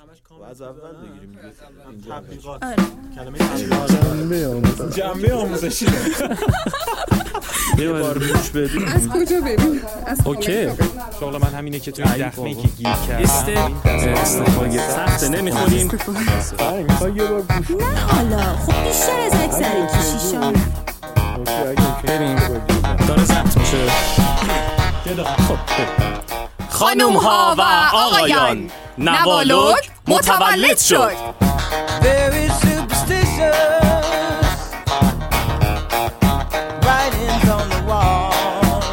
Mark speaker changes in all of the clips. Speaker 1: همش
Speaker 2: و از اول بگیریم اینجا
Speaker 1: تبلیغات
Speaker 3: آره
Speaker 1: کلمه تبلیغات
Speaker 2: جنبه آموزشی یه بار گوش بدیم
Speaker 4: از کجا بریم از
Speaker 5: اوکی.
Speaker 4: کامنت ها بریم.
Speaker 5: شغل من همینه که توی این دخمه که گیر کرد
Speaker 2: استفاده سخت نمیخوریم
Speaker 3: نه حالا خب بیشتر از اکثر کشیشان
Speaker 5: داره ثبت میشه
Speaker 6: خانم ها و آقایان نوالوک متولد شد
Speaker 7: very superstitious. Writings on the wall.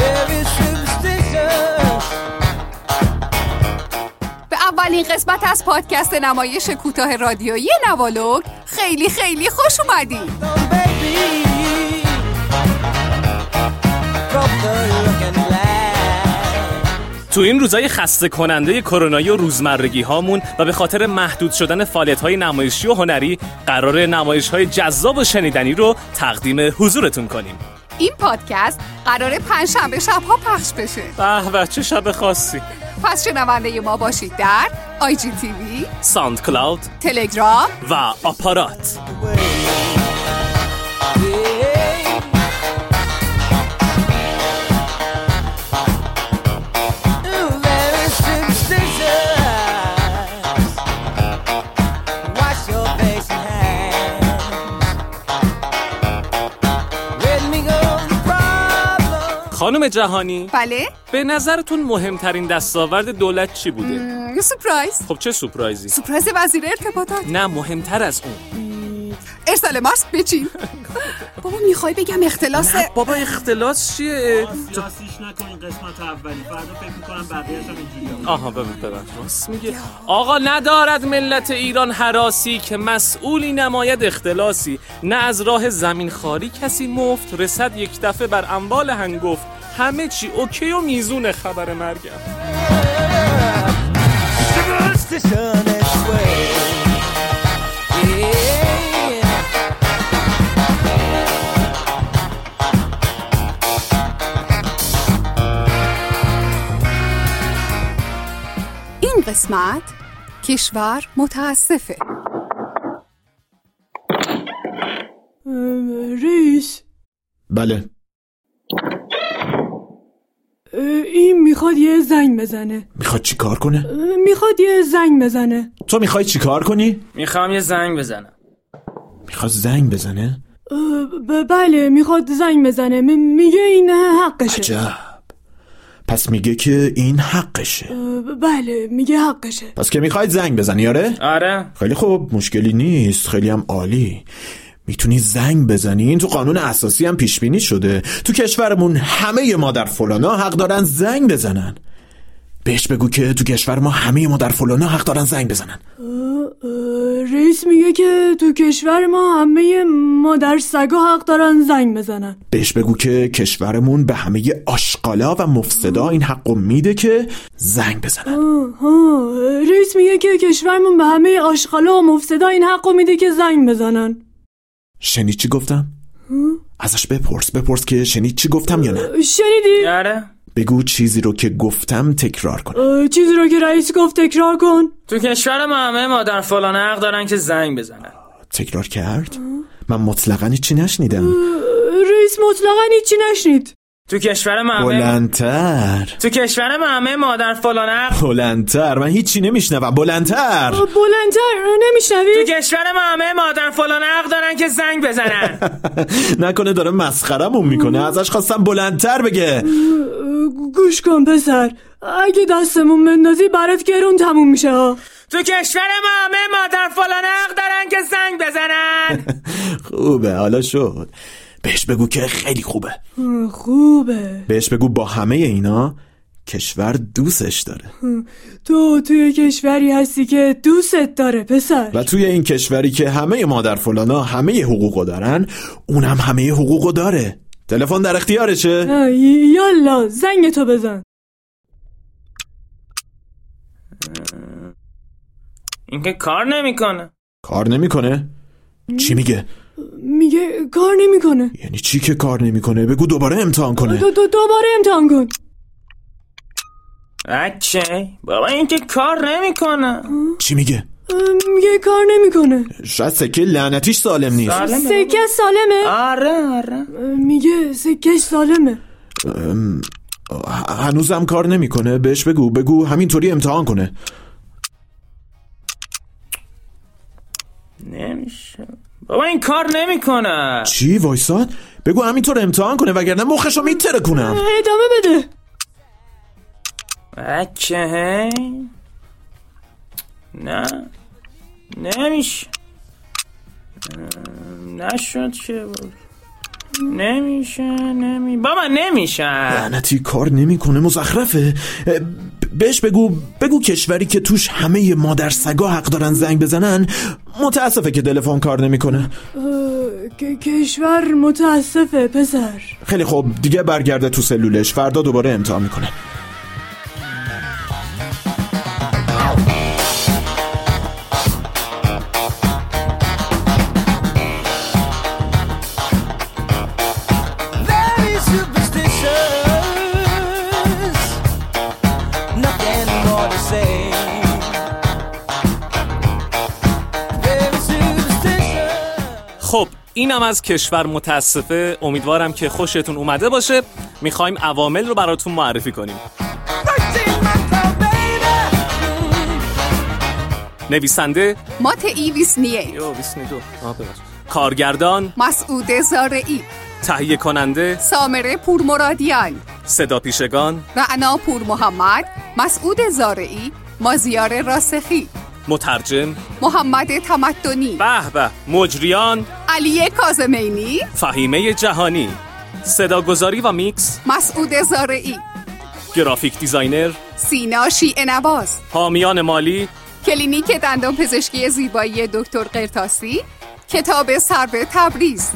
Speaker 7: Very superstitious.
Speaker 6: به اولین قسمت از پادکست نمایش کوتاه رادیویی نوالوک خیلی خیلی خوش اومدید
Speaker 7: Some baby broke the looking glass.
Speaker 5: تو این روزای خسته کننده کرونایی و روزمرگی هامون و به خاطر محدود شدن فعالیت های نمایشی و هنری قرار نمایش های جذاب و شنیدنی رو تقدیم حضورتون کنیم
Speaker 6: این پادکست قرار پنجشنبه شبها پخش بشه
Speaker 5: به به چه شب خاصی
Speaker 6: پس شنونده ما باشید در آی جی تیوی،
Speaker 5: ساند کلاود
Speaker 6: تلگرام
Speaker 5: و آپارات
Speaker 7: Yeah. Ooh, very superstitious. Wash your face and hands. Let me go the problem.
Speaker 5: خانم جهانی
Speaker 6: بله
Speaker 5: به نظرتون مهمترین دستاورد دولت چی بوده
Speaker 6: م، سپرایز
Speaker 5: خب چه سپرایزی
Speaker 6: سپرایز وزیر ارتباطات
Speaker 5: نه مهمتر از اون
Speaker 6: ارسال ماسک به چین بابا میخوای بگم اختلاس
Speaker 5: بابا اختلاس چیه
Speaker 1: سیاسیش نکنین قسمت اولی فردا فکر میکنم بقیه‌اش هم اینجوریه
Speaker 5: آها ببین ببخش راست میگه آقا ندارد ملت ایران حراسی که مسئولی نماید اختلاسی نه از راه زمین خاری کسی مفت رسد یک دفعه بر اموال هنگفت همه چی اوکی و میزون خبر مرگم
Speaker 7: Superstition is way. Yeah.
Speaker 6: این قسمت کشور متاسفه
Speaker 8: رئیس
Speaker 9: بله
Speaker 8: اه، این میخواد یه زنگ بزنه
Speaker 9: میخواد چی کار کنه؟
Speaker 8: اه، میخواد یه زنگ بزنه
Speaker 9: تو میخوای چی کار کنی؟
Speaker 10: میخوام یه زنگ بزنم
Speaker 9: میخواد زنگ بزنه؟
Speaker 8: اه، ب- بله میخواد زنگ بزنه م- میگه این حقشه
Speaker 9: عجب پس میگه که این حقشه
Speaker 8: اه، بله میگه حقشه
Speaker 9: پس که میخواید زنگ بزنی آره؟
Speaker 10: آره
Speaker 9: خیلی خوب مشکلی نیست خیلی هم عالی میتونی زنگ بزنی این تو قانون اساسی هم پیش بینی شده تو کشورمون همه ما در فلانا حق دارن زنگ بزنن بهش بگو که تو کشور ما همه ما در فلانا حق دارن زنگ بزنن
Speaker 8: اه، رئیس میگه که تو کشور ما همه مادر سگا حق دارن زنگ بزنن
Speaker 9: بهش بگو که کشورمون به همه آشقالا و مفسدا این حقو میده که زنگ بزنن
Speaker 8: آها، رئیس میگه که کشورمون به همه آشغالا و مفسدا این حقو میده که زنگ بزنن
Speaker 9: شنید چی گفتم؟ ازش بپرس بپرس که شنید چی گفتم یا نه
Speaker 8: شنیدی؟
Speaker 10: آره
Speaker 9: بگو چیزی رو که گفتم تکرار کن
Speaker 8: اه، چیزی رو که رئیس گفت تکرار کن
Speaker 10: تو کشور ما همه مادر فلان حق دارن که زنگ بزنن
Speaker 9: تکرار کرد؟ من مطلقا چی نشنیدم
Speaker 8: رئیس مطلقا هیچی نشنید
Speaker 10: تو کشور ما همه
Speaker 9: بلندتر
Speaker 10: تو کشور ما همه مادر فلان حق
Speaker 9: بلندتر من هیچی نمیشنوم بلندتر
Speaker 8: بلندتر
Speaker 10: تو
Speaker 8: نمیشنوی
Speaker 10: کشور ما همه مادر فلان حق دارن که زنگ بزنن
Speaker 9: نکنه داره مسخرمون میکنه ازش خواستم بلندتر بگه
Speaker 8: گوش کن پسر اگه دستمون بندازی برات گرون تموم میشه ها
Speaker 10: تو کشور ما همه مادر فلان حق دارن که زنگ بزنن
Speaker 9: خوبه حالا شد بهش بگو که خیلی خوبه
Speaker 8: اه، خوبه
Speaker 9: بهش بگو با همه اینا کشور دوستش داره
Speaker 8: تو توی کشوری هستی که دوستت داره پسر
Speaker 9: و توی این کشوری که همه مادر فلانا همه حقوقو دارن اونم همه حقوقو داره تلفن در اختیارشه
Speaker 8: اه، یالا زنگ تو بزن
Speaker 10: این که کار نمیکنه
Speaker 9: کار نمیکنه چی میگه
Speaker 8: میگه کار نمیکنه
Speaker 9: یعنی چی که کار نمیکنه بگو دوباره امتحان کنه
Speaker 8: دو دو دوباره امتحان کن
Speaker 10: بچه بابا این که کار نمیکنه
Speaker 9: چی میگه
Speaker 8: میگه کار نمیکنه
Speaker 9: شاید سکه لعنتیش سالم نیست
Speaker 8: سکه سالمه
Speaker 10: آره آره
Speaker 8: میگه سکش سالمه
Speaker 9: ه- هنوزم کار نمیکنه بهش بگو بگو همینطوری امتحان کنه
Speaker 10: نمیشه بابا این کار نمیکنه
Speaker 9: چی وایساد بگو همینطور امتحان کنه وگرنه مخشو میتره کنم
Speaker 8: ادامه بده
Speaker 10: بچه هی نه نمیشه ام، نشد چه بود نمیشه نمی بابا نمیشه
Speaker 9: لعنتی کار نمیکنه مزخرفه اه، ب- بهش بگو بگو کشوری که توش همه مادر سگا حق دارن زنگ بزنن متاسفه که تلفن کار نمیکنه
Speaker 8: اه، که کشور متاسفه پسر
Speaker 9: خیلی خوب دیگه برگرده تو سلولش فردا دوباره امتحان میکنه
Speaker 7: Very superstitious. Nothing more to say. Very superstitious.
Speaker 5: خب اینم از کشور متاسفه امیدوارم که خوشتون اومده باشه میخوایم عوامل رو براتون معرفی کنیم نویسنده
Speaker 6: مات ایویس نیه
Speaker 5: یو 22. آه، ببخشید. کارگردان
Speaker 6: مسعود زارعی
Speaker 5: تهیه کننده
Speaker 6: سامره پورمرادیان
Speaker 5: صدا پیشگان
Speaker 6: رعنا پور محمد مسعود زارعی مازیار راسخی
Speaker 5: مترجم
Speaker 6: محمد تمدنی
Speaker 5: به به مجریان
Speaker 6: علی کازمینی
Speaker 5: فهیمه جهانی صداگذاری و میکس
Speaker 6: مسعود زارعی
Speaker 5: گرافیک دیزاینر
Speaker 6: سینا شیعه نواز
Speaker 5: حامیان مالی
Speaker 6: کلینیک دندان پزشکی زیبایی دکتر قرتاسی کتاب سر به تبریز